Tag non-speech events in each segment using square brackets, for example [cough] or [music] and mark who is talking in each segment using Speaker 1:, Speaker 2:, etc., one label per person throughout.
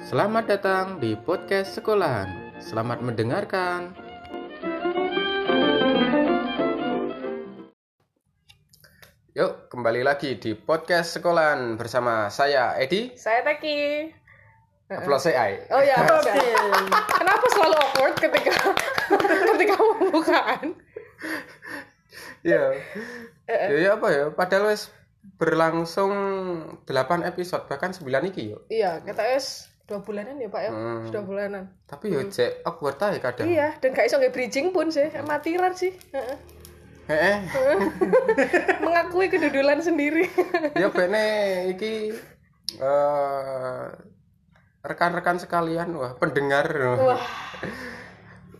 Speaker 1: Selamat datang di podcast sekolahan. Selamat mendengarkan. Yuk, kembali lagi di podcast sekolahan bersama saya Edi
Speaker 2: Saya Teki.
Speaker 1: Upload AI.
Speaker 2: Oh ya, [laughs] Kenapa selalu awkward ketika [laughs] ketika pembukaan?
Speaker 1: Iya. Ya ya apa ya? Padahal wes berlangsung 8 episode bahkan 9 iki yo.
Speaker 2: Iya, KTS dua bulanan ya Pak ya,
Speaker 1: Hmm.
Speaker 2: dua bulanan.
Speaker 1: Tapi yo cek awkward ae kadang.
Speaker 2: Iya, dan gak iso nggak bridging pun sih, amatiran sih. Heeh.
Speaker 1: Heeh.
Speaker 2: [laughs] Mengakui kedudulan sendiri.
Speaker 1: ya bene iki eh, rekan-rekan sekalian wah pendengar
Speaker 2: Wah,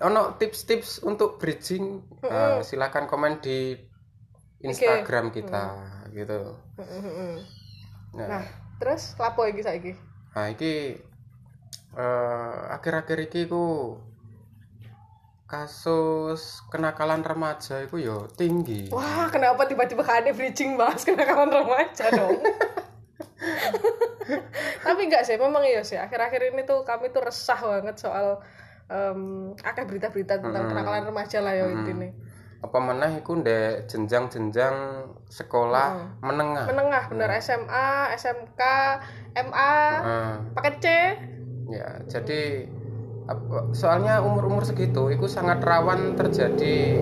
Speaker 1: ono tips-tips untuk bridging eh, silakan komen di Instagram kita gitu
Speaker 2: Heeh.
Speaker 1: nah, nah.
Speaker 2: nah terus lapo iki saiki?
Speaker 1: iki eh, akhir-akhir iki ku kasus kenakalan remaja itu yo tinggi
Speaker 2: Wah, kenapa tiba-tiba gak ada bridging bahas kenakalan remaja dong? [laughs] Tapi enggak sih, memang iya sih. Akhir-akhir ini tuh kami tuh resah banget soal em akeh berita-berita tentang kenakalan remaja lah ya intinya.
Speaker 1: apa meneh iku ndek jenjang-jenjang sekolah menengah
Speaker 2: Menengah bener SMA, SMK, MA,
Speaker 1: Ah.
Speaker 2: paket C.
Speaker 1: Ya, jadi apa- soalnya umur-umur segitu itu sangat rawan terjadi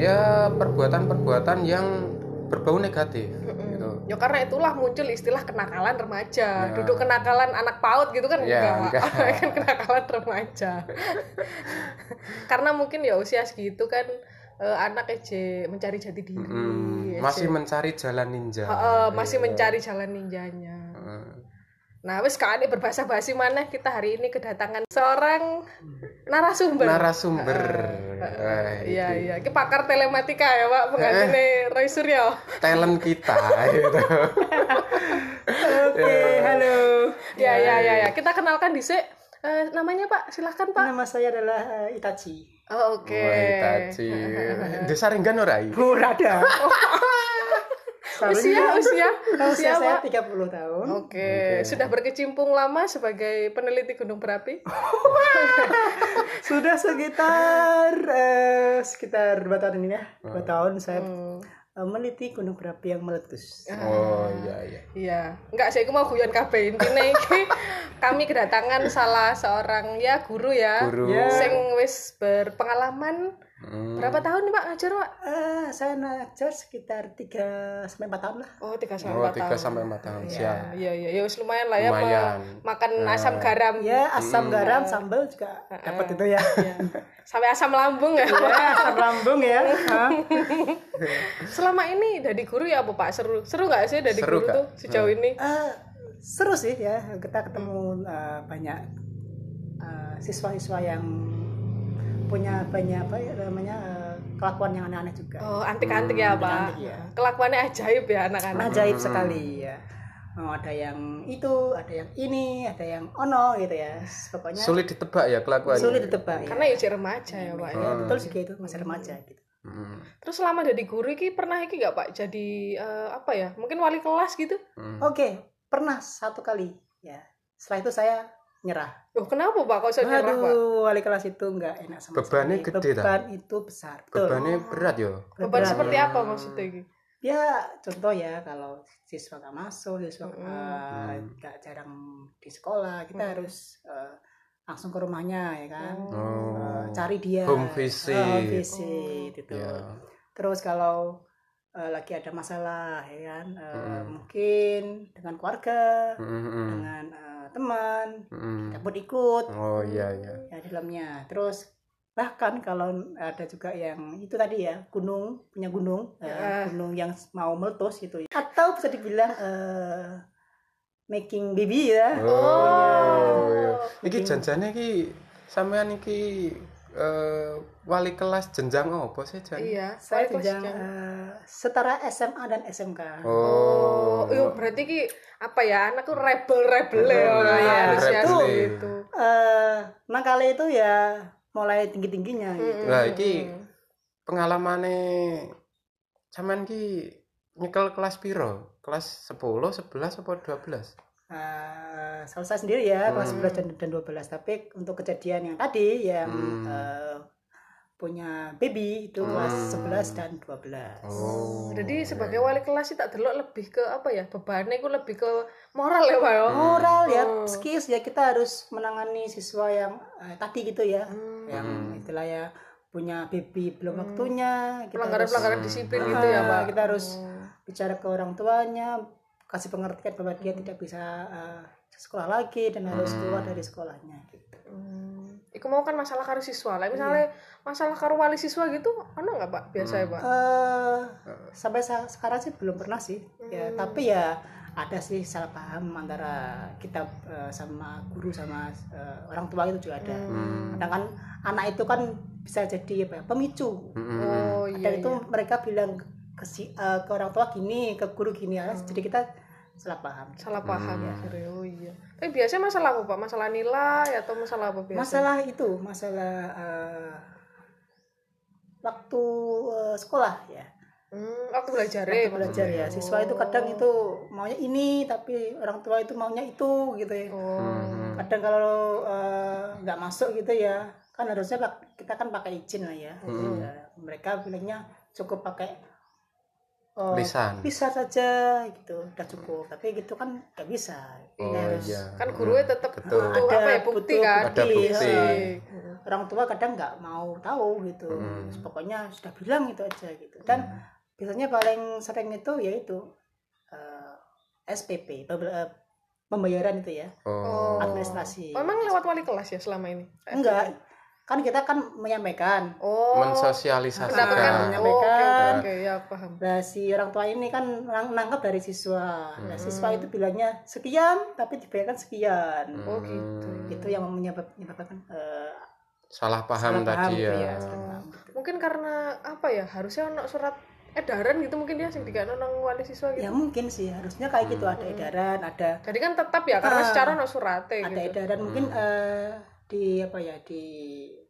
Speaker 1: ya perbuatan-perbuatan yang berbau negatif gitu.
Speaker 2: Ya karena itulah muncul istilah kenakalan remaja. Duduk kenakalan anak paut gitu kan
Speaker 1: Ya,
Speaker 2: Ya. enggak, Pak. [laughs] kan kenakalan [laughs] remaja. karena mungkin ya usia segitu kan eh, anak aja mencari jati diri.
Speaker 1: Hmm,
Speaker 2: aja.
Speaker 1: masih mencari jalan ninja.
Speaker 2: Eh, masih mencari jalan ninjanya. Nah, wis kan berbahasa basi mana kita hari ini kedatangan seorang narasumber.
Speaker 1: Narasumber. Eh,
Speaker 2: Iya, Eh. iya. Ki pakar telematika ya, Pak, pengantinnya Roy Suryo.
Speaker 1: talent kita
Speaker 2: [laughs]
Speaker 1: gitu.
Speaker 3: Oke, halo.
Speaker 2: Ya, ya, ya, ya. Kita kenalkan dhisik. Eh, namanya Pak, silahkan Pak.
Speaker 3: Nama saya adalah eh, Itachi.
Speaker 2: Oh, Oke.
Speaker 1: Itachi. Desa Ringgan ora iki?
Speaker 3: [laughs] Murada.
Speaker 2: Usia, usia, [laughs] usia
Speaker 3: usia saya
Speaker 2: Pak.
Speaker 3: 30 tahun.
Speaker 2: Oke, sudah berkecimpung lama sebagai peneliti gunung berapi.
Speaker 3: Sudah sekitar eh, sekitar berapa tahun ini ya?
Speaker 2: Hmm.
Speaker 3: Dua tahun saya eh, meneliti gunung berapi yang meletus.
Speaker 2: Ah.
Speaker 1: Oh, iya iya.
Speaker 2: Iya, enggak sih, aku mau guyon kabeh intine iki [laughs] kami kedatangan salah seorang ya guru ya.
Speaker 1: Guru.
Speaker 2: Sing wis berpengalaman
Speaker 1: Hmm.
Speaker 2: berapa tahun nih Pak ngajar, Pak?
Speaker 3: Eh, saya ngajar sekitar 3 sampai 4 tahun lah.
Speaker 2: Oh, 3
Speaker 1: Oh, 3
Speaker 2: sampai 4 tahun.
Speaker 1: sampai 4 tahun siap.
Speaker 2: Iya, iya, ya wis lumayan lah ya Pak.
Speaker 1: Lumayan. Nah.
Speaker 2: makan asam garam.
Speaker 3: Ya,
Speaker 2: Hmm.
Speaker 3: asam garam sambal juga dapat itu ya.
Speaker 2: Iya. Sampai asam lambung ya.
Speaker 3: [laughs] Ya, asam lambung ya. Hah?
Speaker 2: Selama ini dari guru ya apa Pak? Seru seru nggak sih dari
Speaker 1: Seru
Speaker 2: guru
Speaker 1: nggak? Hmm.
Speaker 2: tuh sejauh ini?
Speaker 3: Eh, seru sih ya kita ketemu eh, banyak eh, siswa-siswa yang punya banyak apa ya namanya eh, kelakuan yang aneh-aneh juga
Speaker 2: Oh, antik-antik ya,
Speaker 1: Hmm,
Speaker 2: Pak.
Speaker 3: antik-antik
Speaker 1: iya.
Speaker 3: ya.
Speaker 2: Kelakuannya ajaib ya anak-anak.
Speaker 3: ajaib sekali ya Oh, ada yang itu ada yang ini ada yang ono gitu ya pokoknya sulit,
Speaker 1: Sulit ditebak ya Hmm. kelakuannya.
Speaker 3: ditebak ya.
Speaker 2: Karena ya usia remaja ya, Pak. ya.
Speaker 3: Ya, betul juga itu masih remaja gitu
Speaker 1: Hmm.
Speaker 2: Terus selama jadi guru iki pernah iki gak Pak jadi eh, apa ya? Mungkin wali kelas gitu.
Speaker 1: Hmm.
Speaker 3: oke pernah satu kali ya setelah itu saya nyerah
Speaker 2: Loh, kenapa Pak kok bisa nyerah, Pak?
Speaker 3: aduh wali kelas itu nggak enak sama
Speaker 1: Bebannya
Speaker 3: sekali.
Speaker 1: gede, tak?
Speaker 3: beban itu besar
Speaker 2: gitu.
Speaker 3: betul
Speaker 1: Bebannya berat ya? yo.
Speaker 2: Beban
Speaker 3: Berat.
Speaker 2: seperti apa maksudnya iki?
Speaker 3: ya contoh ya kalau siswa nggak masuk siswa
Speaker 2: Mm.
Speaker 3: eh,
Speaker 1: Hmm.
Speaker 3: nggak jarang di sekolah kita harus eh, langsung ke rumahnya ya kan
Speaker 1: Oh.
Speaker 3: Eh, cari dia
Speaker 1: Home
Speaker 3: Eh,
Speaker 1: visit.
Speaker 3: home visit itu
Speaker 1: Ya.
Speaker 3: terus kalau eh, lagi ada masalah ya kan eh,
Speaker 1: Mm.
Speaker 3: mungkin dengan keluarga
Speaker 1: Hmm.
Speaker 3: dengan eh, teman
Speaker 1: Hmm.
Speaker 3: dapat ikut
Speaker 1: Oh iya
Speaker 2: [laughs]
Speaker 1: iya.
Speaker 3: ya di dalamnya terus bahkan kalau ada juga yang itu tadi ya gunung punya gunung eh,
Speaker 2: Ya.
Speaker 3: gunung yang mau meletus gitu ya. atau bisa dibilang eh, making baby ya
Speaker 1: Oh. iya.
Speaker 2: Oh.
Speaker 1: Iki janjane iki sampean iki eh, wali kelas jenjang apa sih Jan?
Speaker 2: Iya,
Speaker 3: saya
Speaker 2: wali kelas
Speaker 3: jenjang
Speaker 2: jenjang.
Speaker 3: eh, setara SMA dan SMK
Speaker 1: Oh.
Speaker 2: Oh, iya berarti ki apa ya? Anak tuh rebel-rebel ya.
Speaker 1: Rebel,
Speaker 2: Pak,
Speaker 3: iya,
Speaker 2: usia
Speaker 1: rebel.
Speaker 2: segitu.
Speaker 3: Eh, nah kali itu ya mulai tinggi tingginya gitu
Speaker 2: Hmm.
Speaker 1: Lah iki pengalamane sampean iki nyekel kelas piro? Kelas 10, 11 apa 12?
Speaker 3: eh, selalu saya sendiri ya kelas 11 dan, dan 12 tapi untuk kejadian yang tadi yang
Speaker 1: Hmm.
Speaker 3: eh, punya baby itu kelas 11 dan 12
Speaker 1: Mm. Oh.
Speaker 2: Jadi sebagai wali kelas sih tak delok lebih ke apa ya? Bebannya ku lebih ke moral ya, Pak. ya?
Speaker 3: moral ya
Speaker 2: Oh.
Speaker 3: skills ya kita harus menangani siswa yang eh, tadi gitu ya
Speaker 2: Hmm.
Speaker 3: yang
Speaker 1: Hmm.
Speaker 3: istilahnya punya baby
Speaker 2: Hmm.
Speaker 3: belum waktunya kita harus
Speaker 2: Pelanggaran-pelanggaran disiplin
Speaker 3: Ah,
Speaker 2: gitu ya, Pak.
Speaker 3: kita harus-
Speaker 2: Oh.
Speaker 3: bicara ke orang tuanya kasih pengertian bahwa dia
Speaker 2: Hmm.
Speaker 3: tidak bisa eh, ke sekolah lagi dan harus
Speaker 1: Hmm.
Speaker 3: keluar dari sekolahnya gitu
Speaker 2: Hmm. Iku mau kan masalah karo siswa. Lah misalnya masalah karo wali siswa gitu, ono nggak Pak? Biasa ya, Pak.
Speaker 3: eh sampai sa- sekarang sih belum pernah sih ya
Speaker 2: Hmm.
Speaker 3: tapi ya ada sih salah paham antara kita eh, sama guru sama eh, orang tua itu juga ada
Speaker 2: Hmm.
Speaker 3: kadang kan anak itu kan bisa jadi apa ya, pemicu
Speaker 1: Mm-mm.
Speaker 2: Oh
Speaker 3: dan
Speaker 2: iya.
Speaker 3: itu
Speaker 2: iya.
Speaker 3: mereka bilang ke si- eh, ke orang tua gini ke guru gini ya jadi kita salah paham
Speaker 2: Hmm. salah paham
Speaker 1: Hmm.
Speaker 2: akhirnya. Oh iya. Tapi biasanya masalah apa, Pak? Masalah nilai atau masalah apa biasa?
Speaker 3: masalah itu masalah eh, waktu eh, sekolah ya
Speaker 2: Hmm, waktu belajar ya.
Speaker 3: waktu belajar ya siswa itu kadang itu maunya ini tapi orang tua itu maunya itu gitu ya
Speaker 2: Oh.
Speaker 3: kadang kalau eh, nggak masuk gitu ya kan harusnya pak- kita kan pakai izin lah ya
Speaker 2: Hmm.
Speaker 1: Mm-mm.
Speaker 3: Ya, mereka bilangnya cukup pakai
Speaker 2: Oh.
Speaker 3: eh,
Speaker 1: Lisan.
Speaker 3: lisan saja gitu udah cukup tapi gitu kan nggak bisa Nah,
Speaker 1: Oh
Speaker 3: Harus-
Speaker 1: iya.
Speaker 2: Kan gurunya tetap
Speaker 1: Betul.
Speaker 2: butuh apa ya bukti
Speaker 3: butuh
Speaker 2: kan? Iya.
Speaker 1: Ada bukti.
Speaker 3: eh, orang tua kadang nggak mau tahu gitu
Speaker 1: Hmm.
Speaker 3: Terus pokoknya sudah bilang gitu aja gitu dan biasanya paling sering itu yaitu eh, SPP pembe- eh, pembayaran itu ya
Speaker 1: Oh.
Speaker 3: administrasi
Speaker 2: Oh, emang lewat wali kelas ya selama ini?
Speaker 3: enggak kan kita kan menyampaikan
Speaker 2: Oh. Mendapatkan.
Speaker 1: Mensosialisasikan.
Speaker 3: Pendapat
Speaker 2: Oh, oke,
Speaker 3: kan-
Speaker 2: oke,
Speaker 3: Menyampaikan.
Speaker 2: oke, ya aku paham.
Speaker 3: Nah, si orang tua ini kan nang- nangkap dari siswa. Nah,
Speaker 1: Hmm.
Speaker 3: siswa itu bilangnya sekian, tapi dibayarkan sekian.
Speaker 2: Oh, gitu.
Speaker 1: Hmm.
Speaker 3: Itu yang menyebab- menyebabkan eh,
Speaker 1: Salah paham
Speaker 3: salah paham
Speaker 1: tadi
Speaker 3: gitu
Speaker 1: ya.
Speaker 3: salah paham gitu.
Speaker 2: mungkin karena apa ya harusnya ono surat edaran gitu mungkin dia sing dikakno nang wali siswa
Speaker 3: Ya
Speaker 2: gitu.
Speaker 3: mungkin sih, harusnya kayak gitu ada edaran, ada
Speaker 2: Jadi kan tetap ya karena
Speaker 3: Ah.
Speaker 2: secara ono surate
Speaker 3: ada
Speaker 2: gitu.
Speaker 3: edaran mungkin eh, di apa ya di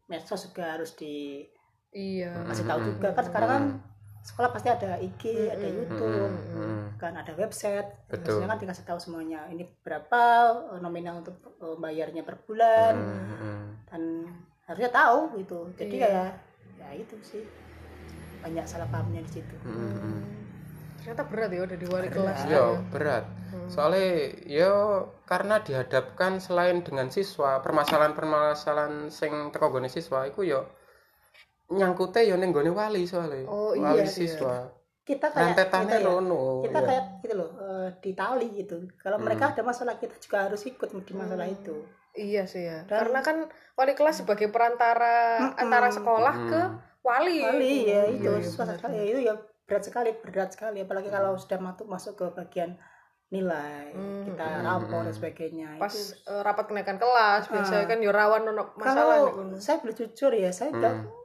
Speaker 3: medsos juga harus dikasih
Speaker 2: Iya.
Speaker 3: tahu
Speaker 1: Mm-mm.
Speaker 3: juga kan sekarang kan
Speaker 1: Mm.
Speaker 3: sekolah pasti ada IG, ada
Speaker 2: Mm-mm.
Speaker 3: YouTube,
Speaker 1: Mm-mm.
Speaker 3: kan ada website.
Speaker 1: Hmm. Betul.
Speaker 3: Harusnya kan dikasih tahu semuanya ini berapa eh, nominal untuk eh, bayarnya per bulan.
Speaker 1: Hmm. Mm-mm.
Speaker 3: dan harusnya tahu gitu jadi
Speaker 2: Iya.
Speaker 3: kayak ya itu sih banyak salah pahamnya di situ
Speaker 1: Mm-mm.
Speaker 2: Ternyata berat ya Hmm. udah di wali kelas.
Speaker 1: Iya, berat. Soalnya ya karena dihadapkan selain dengan siswa, permasalahan-permasalahan sing teko gone siswa iku ya nyangkute ya ning gone wali soalnya.
Speaker 2: Oh, iya,
Speaker 1: wali
Speaker 2: iya.
Speaker 1: siswa.
Speaker 3: kita kayak
Speaker 1: Rentetannya
Speaker 3: kita, ya,
Speaker 1: rono. iya.
Speaker 3: kita
Speaker 1: Hmm.
Speaker 3: kayak gitu loh eh, ditali gitu kalau mereka ada masalah kita juga harus ikut di masalah itu
Speaker 2: Iya sih ya.
Speaker 3: Dan-
Speaker 2: karena kan wali kelas sebagai perantara antara sekolah ke wali.
Speaker 3: kali ya
Speaker 1: Hmm.
Speaker 2: Iya,
Speaker 3: itu
Speaker 2: iya,
Speaker 3: susah
Speaker 2: benar.
Speaker 3: sekali ya, itu ya berat sekali berat sekali apalagi kalau
Speaker 1: Hmm.
Speaker 3: sudah masuk masuk ke bagian nilai
Speaker 2: Hmm,
Speaker 3: kita
Speaker 1: hmm,
Speaker 3: rapor dan
Speaker 1: hmm.
Speaker 3: sebagainya
Speaker 2: Pas
Speaker 3: itu Ah.
Speaker 2: eh, rapat kenaikan kelas biasanya kan yo rawan ono masalah
Speaker 3: kalau
Speaker 2: nih, kono.
Speaker 3: saya boleh jujur ya saya nggak
Speaker 1: Hmm.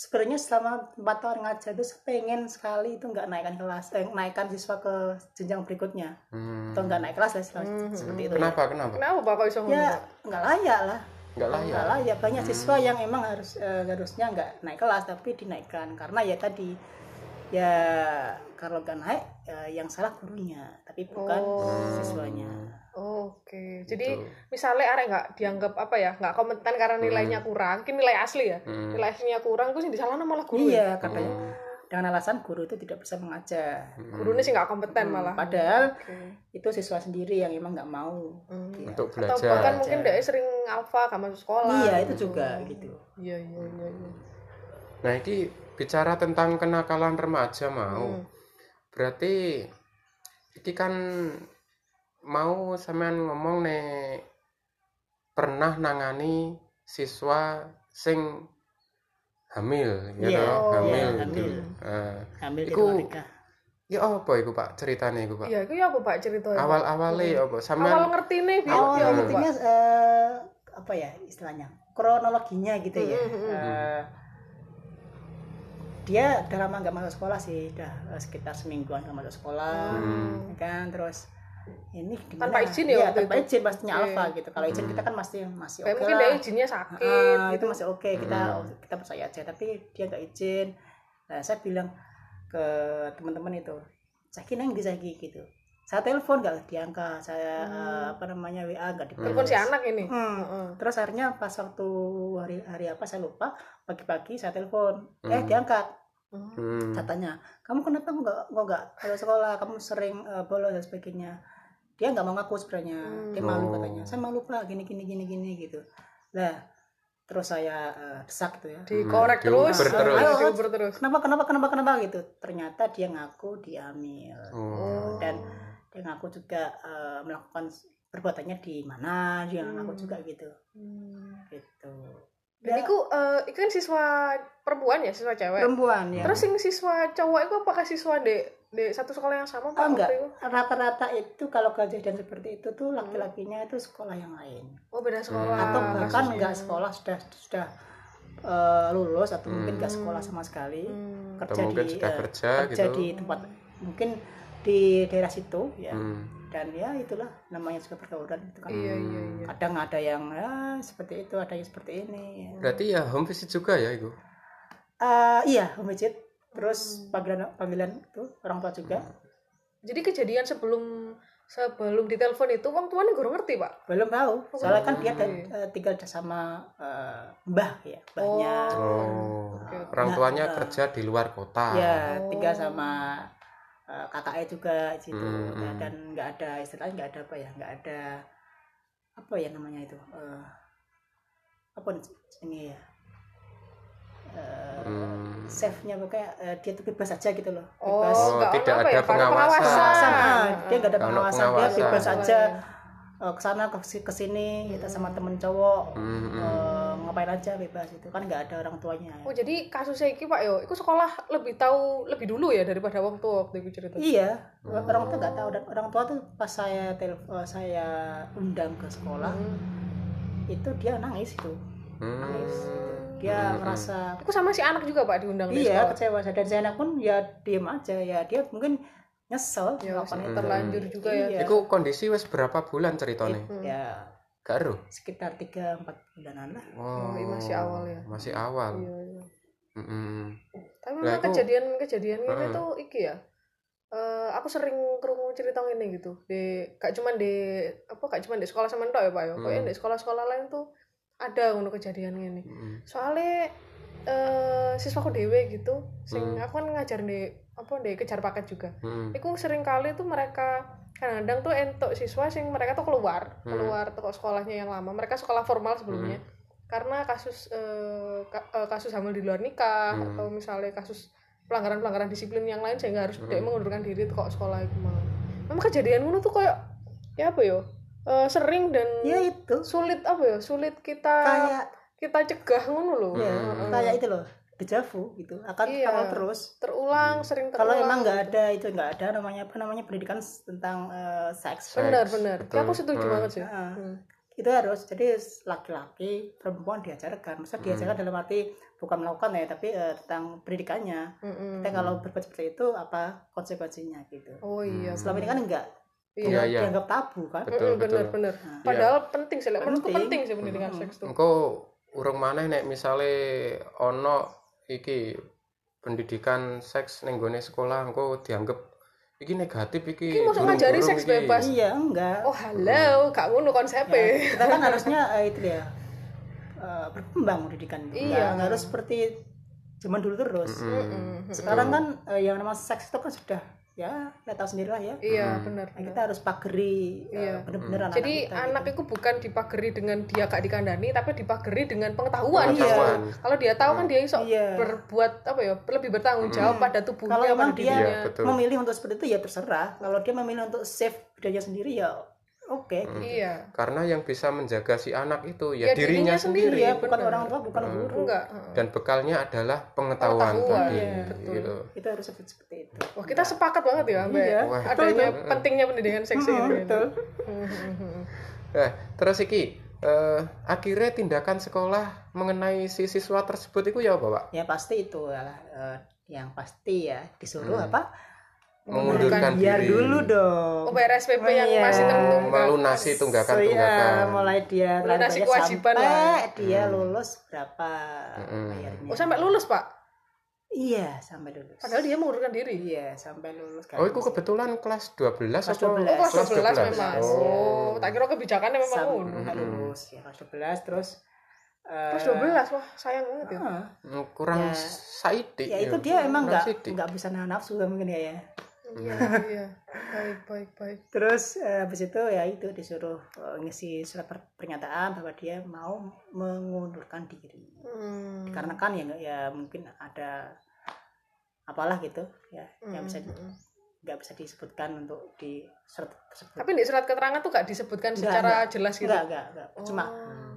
Speaker 3: sebenarnya selama empat tahun ngajar itu saya pengen sekali itu nggak naikkan kelas eh, naikkan siswa ke jenjang berikutnya
Speaker 1: Hmm. Nah,
Speaker 3: atau nggak naik kelas lah istilahnya
Speaker 2: Hmm.
Speaker 3: seperti itu
Speaker 1: Kenapa? Kenapa?
Speaker 2: Kenapa Pak kok iso ngono?
Speaker 3: ya
Speaker 2: Pak?
Speaker 3: nggak layak lah
Speaker 1: Enggak
Speaker 2: Iya.
Speaker 1: lah ya.
Speaker 3: nggak layak banyak siswa yang emang harus eh, harusnya nggak naik kelas tapi dinaikkan karena ya tadi ya kalau nggak naik eh, yang salah gurunya tapi bukan
Speaker 2: Oh.
Speaker 3: siswanya
Speaker 2: Oke, jadi
Speaker 1: Gitu.
Speaker 2: misalnya arek nggak dianggap apa ya, nggak kompeten karena nilainya kurang, mungkin nilai asli ya,
Speaker 1: Hmm.
Speaker 2: nilai aslinya kurang, gue sih disalahkan malah guru. ya.
Speaker 3: iya katanya dengan alasan guru itu tidak bisa mengajar
Speaker 2: Gurunya sih nggak kompeten malah.
Speaker 3: Mm, padahal
Speaker 2: Oke. Mm.
Speaker 3: itu siswa sendiri yang emang nggak mau
Speaker 2: Hmm.
Speaker 3: Iya.
Speaker 1: Untuk
Speaker 2: Atau
Speaker 1: belajar.
Speaker 2: bahkan mungkin dia sering alfa gak masuk sekolah.
Speaker 3: iya itu juga gitu
Speaker 2: Iya iya iya. iya.
Speaker 1: Nah, ini bicara tentang kenakalan remaja mau.
Speaker 2: Hmm.
Speaker 1: Berarti iki kan mau sampean ngomong nih pernah nangani siswa sing hamil ya
Speaker 3: Iya,
Speaker 1: toh?
Speaker 2: iya,
Speaker 1: hamil
Speaker 3: hamil.
Speaker 1: gitu. Nah,
Speaker 3: ambil di
Speaker 1: Iku-
Speaker 3: mereka
Speaker 1: ya apa iku Pak ceritanya iku Pak?
Speaker 2: Iya, itu ya apa pak cerita ya? Pak?
Speaker 1: Awal-awalnya
Speaker 3: Hmm.
Speaker 1: ya apa? Sampean
Speaker 2: awal ngerti nih biar
Speaker 1: Awal
Speaker 2: ya
Speaker 3: awal
Speaker 2: apa pak?
Speaker 3: intinya eh, apa ya istilahnya kronologinya gitu ya
Speaker 2: Mm, mm, mm.
Speaker 3: Eh, dia udah lama nggak masuk sekolah sih udah eh, sekitar semingguan nggak masuk sekolah
Speaker 2: Mm-hmm.
Speaker 1: Hmm.
Speaker 3: ya kan terus ini gimana?
Speaker 2: Tanpa izin ya
Speaker 3: Iya,
Speaker 2: waktu
Speaker 3: tanpa
Speaker 2: itu?
Speaker 3: izin pastinya
Speaker 2: Oke.
Speaker 3: alfa gitu kalau izin kita kan masih masih
Speaker 2: Kayak
Speaker 3: oke
Speaker 2: mungkin
Speaker 3: lah.
Speaker 2: dia izinnya sakit.
Speaker 3: Ah,
Speaker 2: gitu.
Speaker 3: itu masih oke kita kita percaya aja tapi dia nggak izin Nah, saya bilang ke teman-teman itu caki neng bisa gitu saya telepon nggak diangkat saya eh, apa namanya WA nggak di
Speaker 2: Hmm. telepon si anak ini
Speaker 3: Hmm.
Speaker 2: Heeh.
Speaker 3: Terus akhirnya pas waktu hari hari apa saya lupa pagi-pagi saya telepon
Speaker 2: Hmm.
Speaker 3: eh diangkat
Speaker 1: Hmm.
Speaker 3: katanya kamu kenapa nggak nggak nggak kalau sekolah kamu sering eh, bolos dan sebagainya dia nggak mau ngaku sebenarnya dia
Speaker 1: Oh.
Speaker 3: malu katanya saya malu pak gini gini gini gini gitu lah terus saya eh, desak tuh ya
Speaker 2: dikorek
Speaker 1: Hmm, diuber
Speaker 2: terus
Speaker 1: terus.
Speaker 2: Ayo, diuber terus
Speaker 3: kenapa kenapa kenapa kenapa gitu ternyata dia ngaku dia hamil
Speaker 1: Oh.
Speaker 3: dan dia ngaku juga eh, melakukan perbuatannya di mana dia ngaku juga
Speaker 1: Hmm.
Speaker 3: gitu gitu
Speaker 2: dan
Speaker 3: Ya,
Speaker 2: itu eh, itu kan siswa perempuan ya siswa cewek
Speaker 3: perempuan ya
Speaker 2: terus yang siswa cowok itu apakah siswa di di satu sekolah yang sama
Speaker 3: Oh, enggak.
Speaker 2: waktu itu?
Speaker 3: rata-rata itu kalau kejadian seperti itu tuh laki-lakinya itu sekolah yang lain
Speaker 2: oh beda sekolah
Speaker 1: Ah,
Speaker 3: atau bahkan
Speaker 2: kasusnya.
Speaker 3: nggak sekolah sudah sudah eh, lulus atau mungkin nggak
Speaker 2: Hmm.
Speaker 3: sekolah sama sekali
Speaker 2: Hmm.
Speaker 1: Atau
Speaker 3: kerja
Speaker 1: mungkin
Speaker 3: di
Speaker 1: sudah
Speaker 3: eh,
Speaker 1: kerja,
Speaker 3: kerja
Speaker 1: gitu.
Speaker 3: di tempat mungkin di daerah situ ya
Speaker 1: Hmm.
Speaker 3: dan ya itulah namanya juga pergaulan itu kan
Speaker 2: iya iya iya
Speaker 1: Hmm.
Speaker 3: kadang ada yang ah, seperti itu ada yang seperti ini ya.
Speaker 1: Berarti ya home visit juga ya itu.
Speaker 3: Eh, iya home visit. terus panggilan panggilan itu orang tua juga
Speaker 1: Hmm.
Speaker 2: jadi kejadian sebelum sebelum ditelepon itu orang tuanya gak ngerti pak
Speaker 3: belum tahu soalnya
Speaker 1: Oh,
Speaker 3: kan dia
Speaker 2: belum
Speaker 3: dan,
Speaker 2: tahu
Speaker 1: iya.
Speaker 3: eh, tinggal sama eh, mbah ya mbahnya
Speaker 1: Oh.
Speaker 2: oke, oke.
Speaker 1: Orang tuanya
Speaker 2: eh.
Speaker 1: kerja di luar kota.
Speaker 3: ya
Speaker 2: Oh.
Speaker 3: tinggal sama eh, kakaknya juga gitu
Speaker 1: Hmm,
Speaker 3: Ya,
Speaker 1: hmm.
Speaker 3: dan nggak ada istilahnya nggak ada apa ya nggak ada apa ya namanya itu eh, apa ini ya eh
Speaker 1: Hmm.
Speaker 3: chefnya pokoknya eh, dia tuh bebas aja gitu loh
Speaker 2: Oh,
Speaker 3: bebas
Speaker 1: Oh,
Speaker 2: nggak
Speaker 1: tidak
Speaker 2: ono apa
Speaker 1: ada
Speaker 2: ya, Pak?
Speaker 1: pengawasan.
Speaker 2: Pengawasan.
Speaker 3: Ah, dia nggak ada
Speaker 1: Nggak ada
Speaker 3: pengawasan,
Speaker 1: pengawasan. Iya.
Speaker 3: dia bebas
Speaker 2: Pengawasan.
Speaker 3: aja eh, kesana ke- kesini kita sama temen cowok
Speaker 1: Hmm, hmm.
Speaker 3: eh, ngapain aja bebas itu kan nggak ada orang tuanya
Speaker 2: Oh jadi kasusnya iki pak yo, iku sekolah lebih tahu lebih dulu ya daripada waktu waktu itu cerita.
Speaker 3: Iya,
Speaker 1: hmm.
Speaker 3: orang tua nggak tahu dan orang tua tuh pas saya telp- eh, saya undang ke sekolah itu dia nangis itu,
Speaker 1: Hmm.
Speaker 3: nangis gitu. Dia merasa
Speaker 2: Aku sama si anak juga pak diundang di
Speaker 3: iya
Speaker 2: sekolah.
Speaker 3: kecewa dan saya pun ya diem aja ya dia mungkin nyesel
Speaker 2: Ya,
Speaker 3: melakukan itu.
Speaker 2: terlanjur juga ya.
Speaker 3: Iya.
Speaker 1: Iku kondisi wis berapa bulan ceritanya?
Speaker 3: Ya
Speaker 1: Gak eruh?
Speaker 3: sekitar 3 4 bulanan lah.
Speaker 1: Wow.
Speaker 2: iya, masih awal ya.
Speaker 1: Masih awal. Hmm,
Speaker 2: Iya, iya.
Speaker 1: Mm-mm.
Speaker 2: Tapi
Speaker 1: Lah,
Speaker 2: memang
Speaker 1: iku-
Speaker 2: kejadian-kejadian ini
Speaker 1: Heeh.
Speaker 2: tuh iki ya. Eh, aku sering kerungu cerita ini gitu. Di gak cuman di apa gak cuman di sekolah sama ntok ya pak yo. Pokoknya
Speaker 1: Hmm.
Speaker 2: di sekolah-sekolah lain tuh ada ngono kejadian ini.
Speaker 1: Mm-mm.
Speaker 2: soalnya eh siswaku dewe gitu sing
Speaker 1: Hmm.
Speaker 2: aku kan ngajar di apa di kejar paket juga
Speaker 1: Mm-mm.
Speaker 2: Iku sering kali tuh mereka kadang-kadang tuh entuk siswa sing mereka tuh keluar
Speaker 1: Hmm.
Speaker 2: keluar toko sekolahnya yang lama mereka sekolah formal sebelumnya karena kasus eh, ka- eh, kasus hamil di luar nikah
Speaker 1: Hmm.
Speaker 2: atau misalnya kasus pelanggaran pelanggaran disiplin yang lain sehingga
Speaker 1: Hmm.
Speaker 2: harus dek mengundurkan diri toko sekolah itu malah memang kejadian ngono tuh kayak ya apa yo Eh, sering dan
Speaker 3: Ya itu
Speaker 2: sulit apa ya sulit kita
Speaker 3: kayak
Speaker 2: kita cegah ngono
Speaker 1: Hmm.
Speaker 2: loh
Speaker 3: ya,
Speaker 1: Mm-mm.
Speaker 3: kayak itu loh, dejavu gitu akan
Speaker 2: Iya.
Speaker 3: awal terus.
Speaker 2: terulang sering
Speaker 3: Hmm.
Speaker 2: terulang
Speaker 3: Kalau
Speaker 2: gitu.
Speaker 3: emang nggak ada itu nggak ada namanya apa namanya pendidikan tentang eh, seks.
Speaker 2: benar
Speaker 1: Seks,
Speaker 2: benar
Speaker 1: betul.
Speaker 2: aku setuju
Speaker 1: Hmm.
Speaker 2: banget sih
Speaker 3: Ah.
Speaker 2: Hmm.
Speaker 3: itu harus jadi laki-laki perempuan diajarkan
Speaker 2: Hmm.
Speaker 3: maksudnya diajarkan dalam arti bukan melakukan ya tapi eh, tentang pendidikannya
Speaker 2: Mm-mm.
Speaker 3: kita kalau berbuat seperti itu apa konsekuensinya gitu
Speaker 2: oh iya
Speaker 3: selama ini kan enggak
Speaker 1: Iya, iya.
Speaker 3: dianggap tabu kan
Speaker 1: Betul,
Speaker 2: Mm-mm,
Speaker 1: betul.
Speaker 2: benar
Speaker 1: Iya.
Speaker 2: benar padahal penting sih Lek. menurutku
Speaker 3: Penting. Hmm.
Speaker 2: penting sih pendidikan seks tuh
Speaker 1: Engko urung maneh nek misale ono iki pendidikan seks ning gone sekolah engko dianggap iki negatif iki.
Speaker 2: Iki mosok
Speaker 1: burung-burung
Speaker 2: ngajari seks
Speaker 1: iki.
Speaker 2: bebas.
Speaker 3: iya
Speaker 1: Hmm.
Speaker 3: enggak
Speaker 2: oh ya? halo gak ngono konsepnya
Speaker 3: kita kan harusnya eh, itu ya eh, berkembang pendidikan itu
Speaker 2: Iya. Hmm.
Speaker 3: enggak harus seperti zaman dulu
Speaker 1: Hmm,
Speaker 3: terus
Speaker 1: Mm-mm.
Speaker 3: sekarang kan eh, yang nama seks itu kan sudah ya kita tahu sendiri lah ya
Speaker 2: iya
Speaker 1: Hmm.
Speaker 2: benar
Speaker 3: Nah, kita harus pageri eh, bener-bener anak
Speaker 2: jadi
Speaker 3: kita gitu.
Speaker 2: anak itu bukan dipageri dengan dia gak dikandani tapi dipageri dengan pengetahuan
Speaker 1: Iya.
Speaker 2: justru. kalau dia tahu kan dia iso
Speaker 3: Iya.
Speaker 2: berbuat apa ya lebih bertanggung jawab pada tubuhnya
Speaker 3: kalau
Speaker 2: pada
Speaker 3: emang dia
Speaker 1: Hmm. Iya, betul.
Speaker 3: memilih untuk seperti itu ya terserah kalau dia memilih untuk save budaya sendiri ya oke
Speaker 1: Hmm.
Speaker 2: dirinya. iya
Speaker 1: Karena yang bisa menjaga si anak itu ya,
Speaker 2: Ya,
Speaker 1: dirinya,
Speaker 2: dirinya
Speaker 1: sendiri.
Speaker 3: ya bukan
Speaker 2: benar.
Speaker 3: orang tua bukan
Speaker 1: Hmm.
Speaker 3: guru
Speaker 2: enggak
Speaker 1: Dan bekalnya adalah pengetahuan,
Speaker 2: Pengetahuan,
Speaker 1: tadi
Speaker 3: iya,
Speaker 1: gitu.
Speaker 3: itu harus seperti seperti itu
Speaker 2: Wah kita sepakat banget ya Mbak.
Speaker 3: Iya.
Speaker 1: Wah.
Speaker 2: Adanya pentingnya pendidikan seks ini. Mm-hmm.
Speaker 3: betul
Speaker 1: Nah, terus iki eh, akhirnya tindakan sekolah mengenai si siswa tersebut itu ya apa, Pak?
Speaker 3: ya pasti itu lah eh, yang pasti ya disuruh apa
Speaker 1: Hmm. Mengundurkan
Speaker 3: biar
Speaker 1: diri.
Speaker 3: dulu dong
Speaker 2: Oh, PRSPP yang
Speaker 3: Iya.
Speaker 2: masih tertunda.
Speaker 1: melunasi
Speaker 3: So, ya,
Speaker 1: tunggakan-tunggakan.
Speaker 3: mulai dia
Speaker 2: Melunasi
Speaker 3: targetnya
Speaker 2: kewajiban
Speaker 3: sampai
Speaker 1: Hmm.
Speaker 2: lah.
Speaker 3: dia lulus berapa
Speaker 1: Mm-mm.
Speaker 3: bayarnya
Speaker 2: Oh sampai lulus Oh, Pak?
Speaker 3: Iya, sampai lulus.
Speaker 2: Padahal dia mengundurkan diri.
Speaker 3: Iya, sampai lulus.
Speaker 1: Oh, itu kebetulan kelas 12
Speaker 3: Kelas
Speaker 1: atau
Speaker 3: 12.
Speaker 2: Oh, kelas 12,
Speaker 1: 12.
Speaker 2: memang.
Speaker 1: Oh.
Speaker 2: Oh, tak kira kebijakannya memang
Speaker 3: Sam-
Speaker 2: ngono.
Speaker 3: nggak lulus. Ya, kelas 12 terus eh,
Speaker 2: Hmm. Kelas 12, wah sayang banget ya.
Speaker 3: ah,
Speaker 1: Mm, kurang
Speaker 3: Ya.
Speaker 1: saidik.
Speaker 3: ya itu dia emang
Speaker 1: Kurang
Speaker 3: nggak
Speaker 1: saidik.
Speaker 3: nggak bisa nahan nafsu mungkin ya, ya.
Speaker 2: Iya, iya. Baik, baik, baik.
Speaker 3: Terus eh, habis itu ya itu disuruh eh, ngisi surat per- pernyataan bahwa dia mau mengundurkan diri.
Speaker 2: Hmm.
Speaker 3: Karena kan ya nggak- ya mungkin ada apalah gitu ya yang bisa di-
Speaker 2: Hmm.
Speaker 3: nggak bisa disebutkan untuk di surat tersebut.
Speaker 2: Tapi di surat keterangan tuh gak disebutkan
Speaker 3: Nggak,
Speaker 2: secara jelas gitu.
Speaker 3: Enggak, enggak, enggak.
Speaker 2: Oh.
Speaker 3: Cuma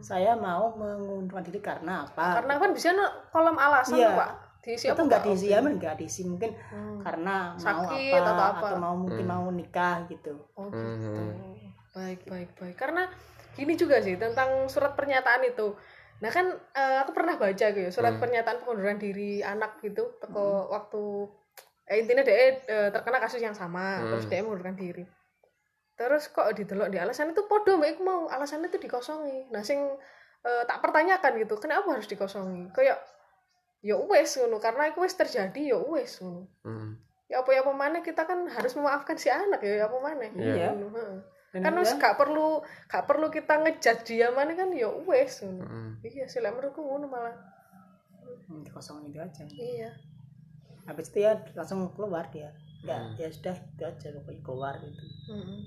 Speaker 3: saya mau mengundurkan diri karena apa?
Speaker 2: Karena kan bisa no, kolom alasan
Speaker 3: Iya.
Speaker 2: tuh, Pak. Diisi
Speaker 3: itu
Speaker 2: apa,
Speaker 3: nggak
Speaker 2: Pak?
Speaker 3: diisi ya, men, nggak diisi mungkin
Speaker 2: Hmm.
Speaker 3: karena
Speaker 2: Sakit
Speaker 3: mau apa
Speaker 2: atau apa.
Speaker 3: mau mungkin
Speaker 1: Hmm.
Speaker 3: mau nikah gitu.
Speaker 2: Oh, gitu.
Speaker 1: Mhm.
Speaker 2: Baik, baik, baik. Karena gini juga sih tentang surat pernyataan itu. Nah kan eh, aku pernah baca gitu ya, surat
Speaker 1: Hmm.
Speaker 2: pernyataan pengunduran diri anak gitu teko waktu eh, intinya dia eh, terkena kasus yang sama
Speaker 1: Hmm.
Speaker 2: terus dia mengundurkan diri. Terus kok didelok di alasan itu podo mbak iku mau alasannya itu dikosongi. Nah sing eh, tak pertanyakan gitu, kenapa harus dikosongi? Kayak ya wes ngono karena itu wes terjadi ya wes ngono.
Speaker 1: Mm.
Speaker 2: Ya apa ya apa mana kita kan harus memaafkan si anak ya ya apa mana.
Speaker 1: Iya.
Speaker 3: Iya.
Speaker 2: Ngono, heeh
Speaker 3: Dan
Speaker 2: kan
Speaker 3: dia-
Speaker 2: wis gak perlu gak perlu kita ngejudge dia mana kan ya wes ngono.
Speaker 1: Mm.
Speaker 2: iya sih lek menurutku ngono malah
Speaker 3: Hmm, dikosongin itu aja.
Speaker 2: iya
Speaker 3: Habis itu ya langsung keluar dia. Enggak,
Speaker 1: Hmm.
Speaker 3: ya sudah itu aja pokoknya keluar gitu.
Speaker 2: Mm-mm.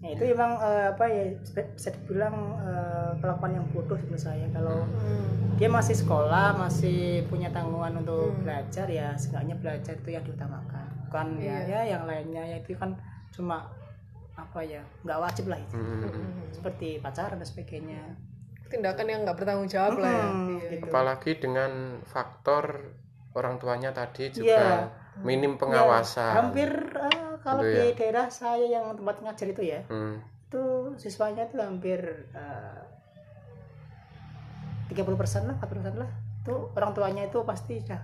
Speaker 3: Ya itu emang eh, apa ya bisa- bisa dibilang eh, kelakuan yang bodoh menurut saya kalau
Speaker 2: Mm.
Speaker 3: dia masih sekolah masih punya tanggungan untuk
Speaker 2: Hmm.
Speaker 3: belajar ya seenggaknya belajar itu yang diutamakan bukan ya,
Speaker 2: Iya.
Speaker 3: ya yang lainnya ya itu kan cuma apa ya nggak wajib lah itu
Speaker 1: Mm.
Speaker 3: seperti pacaran dan sebagainya
Speaker 2: tindakan yang nggak bertanggung jawab lah ya
Speaker 3: Mm-mm,
Speaker 2: Iya,
Speaker 3: gitu.
Speaker 1: Apalagi dengan faktor orang tuanya tadi juga
Speaker 3: Iya.
Speaker 1: minim
Speaker 3: Ya,
Speaker 1: pengawasan.
Speaker 3: hampir eh,
Speaker 1: Nah.
Speaker 3: kalau
Speaker 1: Gitu
Speaker 3: di
Speaker 1: ya.
Speaker 3: daerah saya yang tempat ngajar itu ya
Speaker 1: Mm.
Speaker 3: itu siswanya itu hampir eh, tiga puluh lah 40% lah itu orang tuanya itu pasti sudah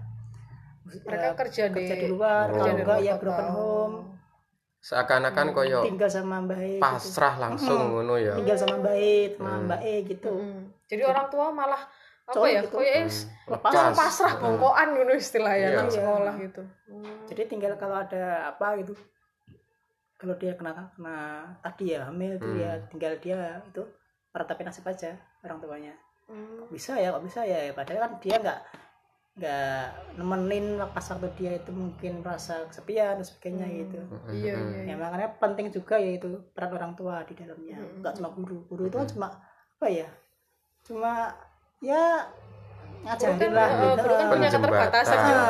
Speaker 2: mereka
Speaker 3: eh,
Speaker 2: kerja,
Speaker 3: kerja
Speaker 2: di,
Speaker 3: di luar
Speaker 1: Oh.
Speaker 3: kalau
Speaker 2: kerja di
Speaker 3: enggak
Speaker 2: luar
Speaker 3: ya
Speaker 2: kota.
Speaker 3: broken home Mm,
Speaker 1: Seakan-akan koyo
Speaker 3: tinggal sama mbak E gitu.
Speaker 1: pasrah langsung
Speaker 3: Mm-mm.
Speaker 1: ngono ya.
Speaker 3: tinggal sama mbak E sama
Speaker 1: Hmm.
Speaker 3: mbak E gitu
Speaker 2: Mm-mm. jadi orang tua malah apa
Speaker 3: Colok
Speaker 2: ya
Speaker 3: gitu.
Speaker 2: koyo
Speaker 1: Mm.
Speaker 2: wis
Speaker 3: Lepas.
Speaker 1: Lepas.
Speaker 2: pasrah
Speaker 1: Mm.
Speaker 2: bongkoan ngono istilahnya
Speaker 1: Iya.
Speaker 2: kan
Speaker 3: Iya.
Speaker 2: sekolah gitu
Speaker 3: jadi tinggal kalau ada apa gitu kalau dia kena kena tadi ya hamil tuh
Speaker 1: Hmm.
Speaker 3: ya tinggal dia itu meratapi nasib aja orang tuanya
Speaker 2: Mm.
Speaker 3: bisa ya kok bisa ya padahal kan dia nggak nggak nemenin pas waktu dia itu mungkin merasa kesepian dan sebagainya
Speaker 2: Hmm.
Speaker 3: gitu
Speaker 1: Mm-mm.
Speaker 2: iya iya, iya.
Speaker 3: ya makanya penting juga yaitu peran orang tua di dalamnya
Speaker 2: Mm-mm.
Speaker 3: nggak cuma guru guru itu kan
Speaker 1: Mm-mm.
Speaker 2: Hmm.
Speaker 3: cuma apa ya cuma ya
Speaker 2: Guru kan,
Speaker 3: ngajarin lah
Speaker 1: eh,
Speaker 3: gitu.
Speaker 2: guru kan punya
Speaker 1: Penjembatan.
Speaker 2: keterbatasan
Speaker 3: Ah,
Speaker 2: juga.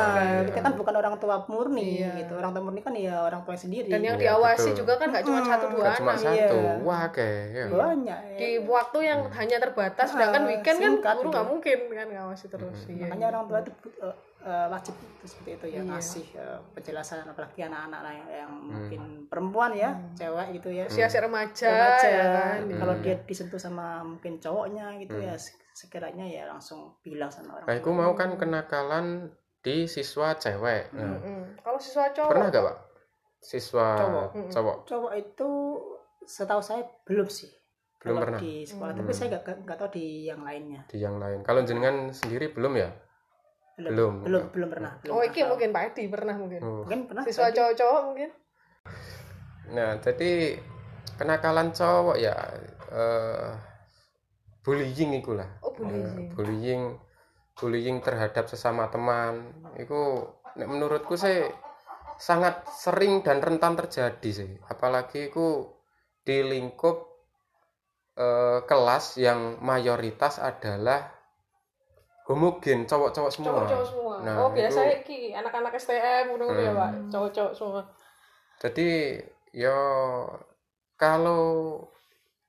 Speaker 3: kita kan bukan orang tua murni
Speaker 2: Iya.
Speaker 3: gitu orang tua murni kan ya orang tua sendiri
Speaker 2: dan yang
Speaker 1: Iya,
Speaker 2: diawasi
Speaker 1: betul.
Speaker 2: juga kan nggak cuma
Speaker 3: Mm.
Speaker 2: satu dua
Speaker 1: Gak cuma
Speaker 2: anak
Speaker 3: iya.
Speaker 1: satu, wah kayak ya.
Speaker 3: banyak ya.
Speaker 2: di waktu yang
Speaker 1: Hmm.
Speaker 2: hanya terbatas sedangkan
Speaker 3: Ah,
Speaker 2: weekend kan
Speaker 3: singkat
Speaker 2: guru
Speaker 3: gitu.
Speaker 2: nggak mungkin kan ngawasi terus
Speaker 1: Mm-mm.
Speaker 2: iya,
Speaker 3: makanya
Speaker 2: iya.
Speaker 3: orang tua itu eh, eh, wajib itu seperti itu ya
Speaker 2: Iya.
Speaker 3: ngasih eh, penjelasan apalagi anak-anak lah yang, yang
Speaker 1: Hmm.
Speaker 3: mungkin perempuan ya
Speaker 2: Hmm.
Speaker 3: cewek gitu ya
Speaker 2: usia usia remaja,
Speaker 3: Remaja.
Speaker 2: ya kan
Speaker 1: Hmm.
Speaker 3: kalau dia disentuh sama mungkin cowoknya gitu
Speaker 1: Hmm.
Speaker 3: ya se- sekiranya ya langsung bilang sama orang
Speaker 1: Nah, aku mau kan kenakalan di siswa cewek. Nah,
Speaker 2: Mm-mm. kalau siswa Mm. cowok
Speaker 1: Pernah gak, Pak? Siswa
Speaker 3: Cowok.
Speaker 1: cowok.
Speaker 2: Mm-mm.
Speaker 3: cowok itu setahu saya belum sih
Speaker 1: Belum
Speaker 3: Kalau
Speaker 1: pernah.
Speaker 3: di sekolah
Speaker 2: Hmm.
Speaker 3: tapi saya nggak nggak- nggak tahu di yang lainnya
Speaker 1: di yang lain. Kalau jenengan sendiri belum ya? Belum.
Speaker 3: belum belum, belum pernah belum
Speaker 2: oh
Speaker 3: pernah
Speaker 2: iki
Speaker 3: tahu.
Speaker 2: mungkin Pak Edi pernah mungkin
Speaker 1: Oh.
Speaker 3: mungkin pernah
Speaker 2: siswa
Speaker 3: tapi-
Speaker 2: cowok-cowok mungkin
Speaker 1: Nah, jadi kenakalan cowok ya eh bullying ikulah.
Speaker 2: oh bullying
Speaker 1: Eh, bullying bullying terhadap sesama teman itu nek menurutku sih sangat sering dan rentan terjadi sih apalagi itu di lingkup eh, kelas yang mayoritas adalah homogen cowok-cowok semua
Speaker 2: cowok-cowok semua
Speaker 1: Nah,
Speaker 2: oh biasa
Speaker 1: itu-
Speaker 2: iki anak-anak STM udah udah ya
Speaker 1: Hmm.
Speaker 2: Pak cowok-cowok semua
Speaker 1: jadi yo kalau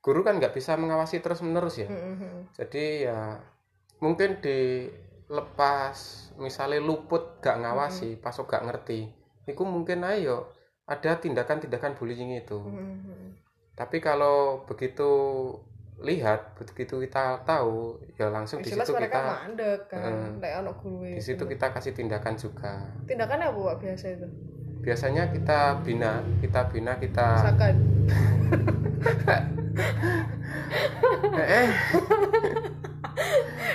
Speaker 1: guru kan nggak bisa mengawasi terus menerus ya
Speaker 3: Hmm,
Speaker 2: Mm-mm.
Speaker 1: jadi ya mungkin dilepas misalnya luput gak ngawasi pasok gak ngerti itu mungkin ayo ada tindakan-tindakan bullying itu
Speaker 3: hmm,
Speaker 2: Mm-mm.
Speaker 1: tapi kalau begitu lihat begitu kita tahu ya langsung di
Speaker 2: jelas
Speaker 1: situ
Speaker 2: mereka
Speaker 1: kita
Speaker 2: mandek
Speaker 1: Heeh.
Speaker 2: kan kayak anak guru
Speaker 1: di
Speaker 2: itu.
Speaker 1: situ kita Nah. kasih tindakan juga
Speaker 2: tindakannya apa Pak biasa itu
Speaker 1: biasanya kita bina kita bina kita
Speaker 2: misalkan
Speaker 1: eh eh.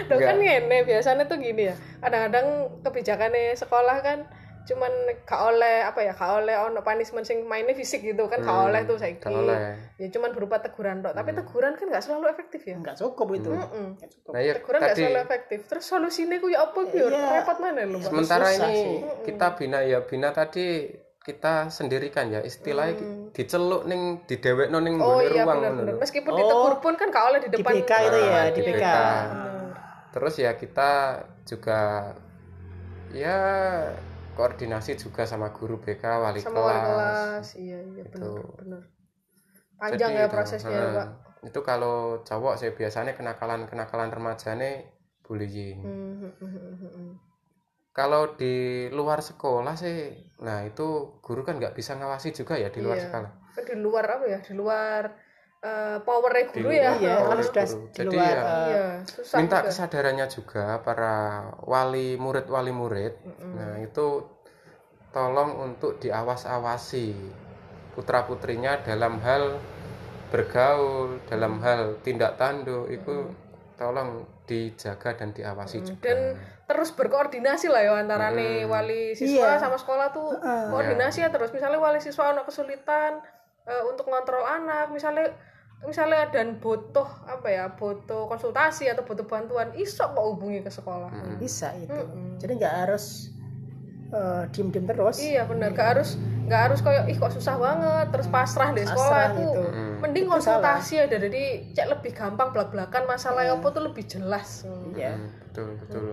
Speaker 2: Tuh kan ngene biasanya tuh gini ya. Kadang-kadang kebijakannya sekolah kan cuman gak oleh apa ya gak oleh ono punishment sing mainnya fisik gitu kan gak
Speaker 1: Hmm,
Speaker 2: oleh tuh saiki.
Speaker 1: gak oleh.
Speaker 2: Ya cuman berupa teguran tok. Tapi
Speaker 1: Hmm.
Speaker 2: teguran kan gak selalu efektif ya.
Speaker 3: eh, nggak cukup itu
Speaker 2: Mm-mm.
Speaker 3: Nggak cukup.
Speaker 1: Nah, ya,
Speaker 2: Teguran gak
Speaker 1: tadi
Speaker 2: selalu efektif. Terus solusinya ku ya apa ku ya?
Speaker 3: Iya.
Speaker 2: repot mana lu. Pak?
Speaker 1: sementara
Speaker 3: Susah
Speaker 1: ini
Speaker 3: sih.
Speaker 1: kita bina ya bina tadi kita sendirikan ya istilahnya ki-
Speaker 2: Hmm.
Speaker 1: diceluk ning didewekno ning
Speaker 2: Oh
Speaker 1: nggone
Speaker 2: iya
Speaker 1: ruang
Speaker 2: benar-benar.
Speaker 1: ngono.
Speaker 2: Meskipun
Speaker 3: Oh.
Speaker 2: ditegur pun kan gak oleh di
Speaker 3: di
Speaker 2: depan. Ah,
Speaker 3: BK itu ya
Speaker 1: Nah,
Speaker 3: di
Speaker 1: di
Speaker 3: BK
Speaker 1: BK.
Speaker 3: Bener.
Speaker 1: terus ya kita juga ya koordinasi juga sama guru BK wali
Speaker 2: sama wali kelas. Iya iya
Speaker 1: Gitu.
Speaker 2: benar benar. Panjang
Speaker 1: Jadi
Speaker 2: ya
Speaker 1: itu,
Speaker 2: prosesnya ya,
Speaker 1: eh,
Speaker 2: Pak.
Speaker 1: itu kalau cowok saya biasanya kenakalan kenakalan remajane bullying
Speaker 2: Hmm, hmm, hmm, hmm, hmm, hmm.
Speaker 1: kalau di luar sekolah sih nah itu guru kan nggak bisa ngawasi juga ya di luar
Speaker 2: Iya.
Speaker 1: sekolah
Speaker 2: Kan di luar apa ya? Di luar eh power guru
Speaker 1: luar
Speaker 2: ya.
Speaker 3: iya
Speaker 1: Oh,
Speaker 3: kan sudah
Speaker 1: gitu.
Speaker 3: di
Speaker 1: Jadi
Speaker 3: luar
Speaker 1: ya,
Speaker 3: eh,
Speaker 2: Iya, susah
Speaker 1: minta
Speaker 2: juga.
Speaker 1: kesadarannya juga para wali murid wali murid
Speaker 2: Mm-mm.
Speaker 1: nah itu tolong untuk diawas-awasi putra putrinya dalam hal bergaul
Speaker 2: Hmm.
Speaker 1: dalam hal tindak tanduk itu tolong dijaga dan diawasi
Speaker 2: Mm,
Speaker 1: juga
Speaker 2: Hmm.
Speaker 1: Ya.
Speaker 2: dan terus berkoordinasi lah ya antara
Speaker 1: Hmm.
Speaker 2: nih
Speaker 1: Iya.
Speaker 2: wali siswa
Speaker 3: Iya.
Speaker 2: sama sekolah tuh
Speaker 3: Heeh.
Speaker 2: koordinasi ya terus misalnya wali siswa anak kesulitan eh, untuk ngontrol anak misalnya misalnya dan butuh apa ya butuh konsultasi atau butuh bantuan isok kok hubungi ke sekolah
Speaker 1: Mm.
Speaker 3: bisa itu
Speaker 2: Mm-mm.
Speaker 3: jadi nggak harus eh, diem-diem terus
Speaker 2: Hmm. iya benar gak harus nggak harus kayak ih kok susah banget terus pasrah deh sekolah
Speaker 3: Pasrah
Speaker 2: aku
Speaker 3: gitu.
Speaker 1: Mm.
Speaker 2: mending
Speaker 3: Itu salah.
Speaker 2: konsultasi ya jadi cek lebih gampang belak-belakan masalah
Speaker 3: Iya.
Speaker 2: apa tuh lebih jelas Hmm.
Speaker 3: ya
Speaker 1: Mm, betul betul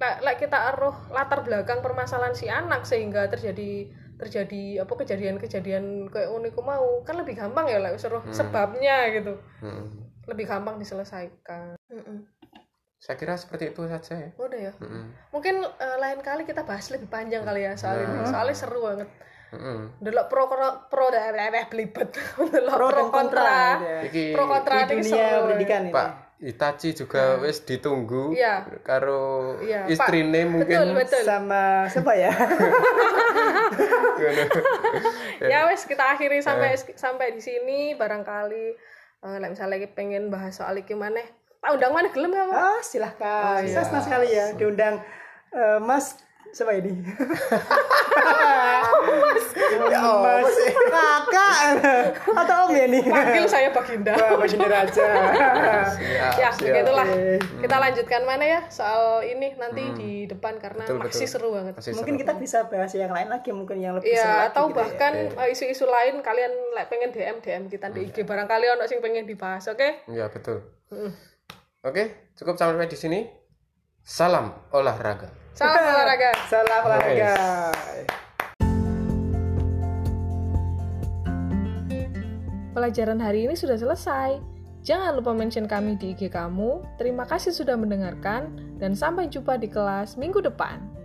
Speaker 2: Lek lek kita aruh latar belakang permasalahan si anak sehingga terjadi terjadi apa kejadian-kejadian kayak uniku mau kan lebih gampang ya lek wis aruh
Speaker 3: Hmm.
Speaker 2: sebabnya gitu
Speaker 1: Mm.
Speaker 2: lebih gampang diselesaikan Hmm.
Speaker 1: saya kira seperti itu saja ya
Speaker 2: udah ya
Speaker 1: Mm-mm.
Speaker 2: mungkin eh, lain kali kita bahas lebih panjang kali ya soal ini
Speaker 3: Nah.
Speaker 2: soalnya seru banget
Speaker 1: Mm-mm.
Speaker 2: delok pro pro pro eh, belibet [laughs] delok
Speaker 3: pro dan kontra gitu ya.
Speaker 1: Iki
Speaker 2: pro kontra
Speaker 3: di
Speaker 2: ini
Speaker 3: dunia
Speaker 2: seru
Speaker 3: pendidikan ini
Speaker 1: Pak Itachi juga wis ditunggu
Speaker 2: Iya.
Speaker 1: karo
Speaker 2: Iya, Pak.
Speaker 1: istrine mungkin [laughs]
Speaker 2: betul betul
Speaker 3: sama siapa ya
Speaker 2: [laughs]
Speaker 1: Iya,
Speaker 2: ya wes kita akhiri
Speaker 3: Eh.
Speaker 2: sampai sampai di sini barangkali eh, lek misalnya lagi pengen bahas soal iki maneh tak undang mana gelem kamu
Speaker 3: ah
Speaker 2: Oh,
Speaker 3: silahkan
Speaker 2: iya.
Speaker 3: saya senang sekali ya diundang eh, Mas siapa ini [laughs] oh, Mas kakak atau Om ya nih
Speaker 2: panggil saya Baginda
Speaker 3: Wah, begini aja
Speaker 1: Siap,
Speaker 2: ya
Speaker 1: siap.
Speaker 2: begitulah
Speaker 3: Oke. Hmm.
Speaker 2: kita lanjutkan mana ya soal ini nanti di depan karena
Speaker 1: Betul,
Speaker 2: masih
Speaker 1: betul.
Speaker 2: seru banget
Speaker 1: Masih
Speaker 3: mungkin
Speaker 1: seru.
Speaker 3: kita bisa bahas yang lain lagi mungkin yang lebih seru
Speaker 2: Iya,
Speaker 3: lagi
Speaker 2: atau
Speaker 3: gitu ya.
Speaker 2: bahkan eh, isu-isu lain kalian lek pengen DM DM kita di
Speaker 3: Hmm.
Speaker 2: IG barangkali ono sing pengen dibahas, oke?
Speaker 3: [laughs]
Speaker 1: Iya, betul.
Speaker 2: Mm.
Speaker 1: Oke, cukup sampai di sini. Salam olahraga.
Speaker 2: Salam olahraga.
Speaker 3: salam olahraga
Speaker 2: Pelajaran hari ini sudah selesai. Jangan lupa mention kami di IG kamu. Terima kasih sudah mendengarkan dan sampai jumpa di kelas minggu depan.